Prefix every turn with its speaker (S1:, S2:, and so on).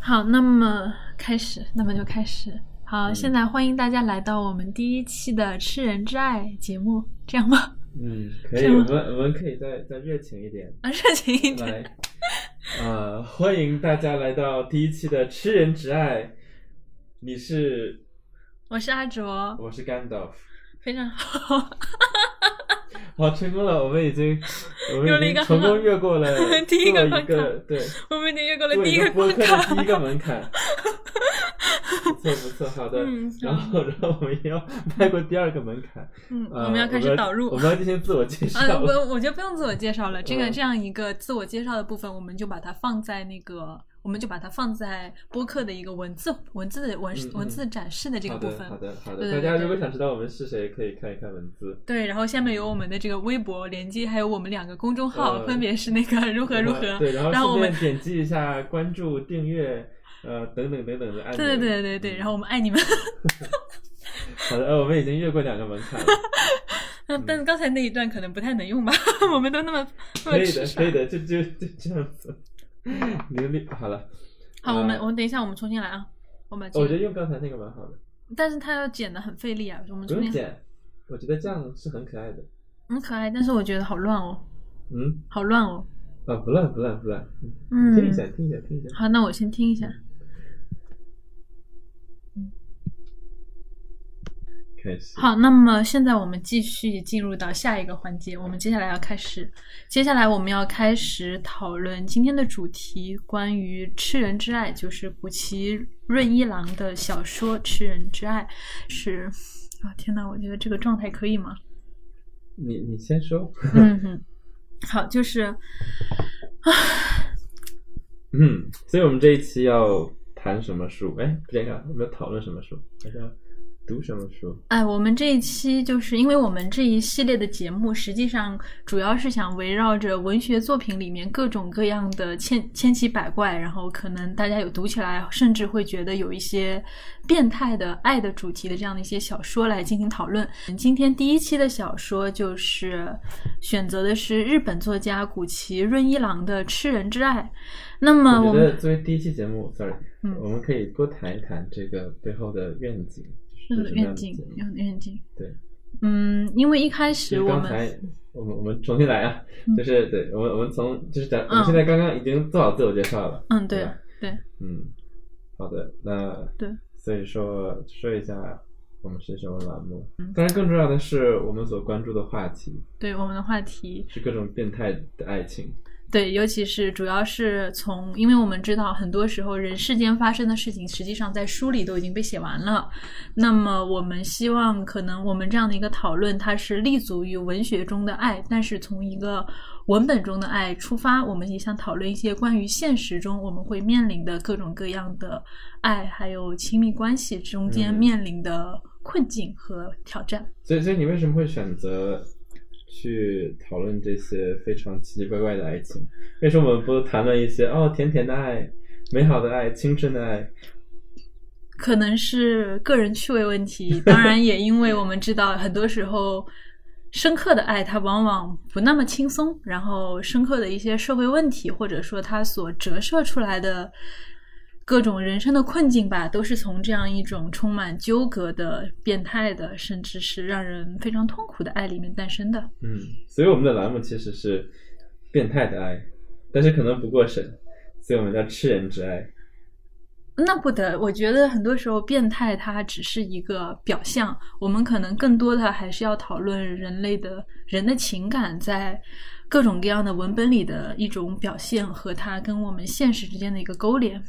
S1: 好，那么开始，那么就开始。好，
S2: 嗯
S1: 现在欢迎大家来到我们第一期的《吃人之爱》节目，这样吗？
S2: 嗯，可以，
S1: 这样
S2: 我
S1: 吗
S2: 们我们可以再再热情一点，
S1: 啊，热情一点。
S2: 来，呃，欢迎大家来到第一期的《吃人之爱》，你是，
S1: 我是阿卓，
S2: 我是甘道夫，
S1: 非常好，
S2: 好，成功了，我们已经，我
S1: 有
S2: 们
S1: 了
S2: 已
S1: 一个
S2: 经
S1: 很
S2: 成
S1: 好
S2: 功越过 了
S1: 第一个
S2: 做
S1: 关
S2: 一个
S1: 卡
S2: 对，
S1: 我们已经越过了
S2: 做
S1: 第
S2: 一
S1: 一个
S2: 个播
S1: 关
S2: 客的第一
S1: 卡。
S2: 个门 槛。不错不错，好的。
S1: 嗯
S2: 然后然后我们要迈过第二个门槛，
S1: 嗯，
S2: 呃
S1: 我们要开始导入。
S2: 我们要进行自我介绍
S1: 啊，
S2: 了。
S1: 不，我觉得不用自我介绍了。这个
S2: 嗯
S1: 这样一个自我介绍的部分，我们就把它放在那个，我们就把它放在播客的一个文字文字文
S2: 嗯嗯
S1: 文字展示的这个部分。
S2: 好的，好的，好
S1: 对
S2: 的。
S1: 对
S2: 大
S1: 对
S2: 家如果想知道我们是谁，可以看一看文字。
S1: 对，然后下面有我们的这个微博连接，还有我们两个公众号，
S2: 呃
S1: 分别是那个如何如
S2: 然后
S1: 何。
S2: 对，然后
S1: 然后我
S2: 顺
S1: 们
S2: 便点击一下关注、订阅，呃，等等等等的按钮。嗯
S1: 对对对对对，然后我们爱你们。
S2: 好的，呃，我们已经越过两个门槛了，
S1: 那
S2: 嗯
S1: 但刚才那一段可能不太能用吧， 我们都那么那
S2: 可
S1: 么
S2: 以
S1: 吃
S2: 的，
S1: 傻
S2: 可。以的，就就就这样子。流利好了，
S1: 好，我们
S2: 呃
S1: 我们等一下，我们重新来啊。我们这
S2: 哦我觉得
S1: 个，
S2: 用刚才那个蛮好的，
S1: 但是它要剪的很费力啊，我们
S2: 不
S1: 重
S2: 用
S1: 新来。
S2: 剪，我觉得这样是很可爱的。
S1: 很可爱，但是我觉得好乱哦，
S2: 嗯，
S1: 好乱哦。
S2: 啊，不乱不乱不乱，嗯听一
S1: 嗯，
S2: 下听一下听一下。
S1: 好，那我先听一下。
S2: 开始。
S1: 好，那么现在我们继续进入到下一个环节，我们接下来要开始，接下来我们要开始讨论今天的主题，关于吃人之爱，就是谷崎润一郎的小说《吃人之爱》是。啊、天呐，我觉得这个状态可以吗？
S2: 你你先说。
S1: 嗯哼， 好，就是
S2: 嗯，所以我们这一期要谈什么书？哎，不对啊，我们要讨论什么书？大家读什么书？
S1: 哎，我们这一期就是因为我们这一系列的节目，实际上主要是想围绕着文学作品里面各种各样的千千奇百怪，然后可能大家有读起来，甚至会觉得有一些变态的爱的主题的这样的一些小说来进行讨论。今天第一期的小说就是选择的是日本作家谷崎润一郎的《吃人之爱》。那么嗯我
S2: 我觉
S1: 们
S2: 得作为第一期节目，sorry，、
S1: 嗯
S2: 我们可以多谈一谈这个背后的愿景，就是
S1: 嗯
S2: 什么样
S1: 愿
S2: 的节
S1: 景
S2: 目？
S1: 愿愿景
S2: 对，
S1: 嗯，因为一开始
S2: 就
S1: 我
S2: 刚
S1: 们
S2: 才我们我们重新来啊，
S1: 嗯
S2: 就是对我们我们从就是咱
S1: 嗯
S2: 我们现在刚刚已经做好自我介绍了，
S1: 嗯
S2: 对啊
S1: 对
S2: 吧
S1: 对。
S2: 嗯，好的，那
S1: 对，
S2: 所以说说一下我们是什么栏目，
S1: 嗯
S2: 当然更重要的是我们所关注的话题
S1: 对我们的话题，
S2: 是各种变态的爱情，
S1: 对，尤其是主要是从，因为我们知道很多时候人世间发生的事情，实际上在书里都已经被写完了。那么我们希望，可能我们这样的一个讨论，它是立足于文学中的爱，但是从一个文本中的爱出发，我们也想讨论一些关于现实中我们会面临的各种各样的爱，还有亲密关系中间
S2: 嗯
S1: 面临的困境和挑战。
S2: 所以，所以你为什么会选择去讨论这些非常奇奇怪怪的爱情？为什么我们不谈论一些哦甜甜的爱、美好的爱、青春的爱？
S1: 可能是个人趣味问题，当然也因为我们知道，很多时候深刻的爱它往往不那么轻松，然后深刻的一些社会问题，或者说它所折射出来的各种人生的困境吧，都是从这样一种充满纠葛的、变态的，甚至是让人非常痛苦的爱里面诞生的。
S2: 嗯，所以我们的栏目其实是变态的爱，但是可能不过审，所以我们叫吃人之爱。
S1: 那不得，我觉得很多时候变态它只是一个表象，我们可能更多的还是要讨论人类的人的情感在各种各样的文本里的一种表现和它跟我们现实之间的一个勾连。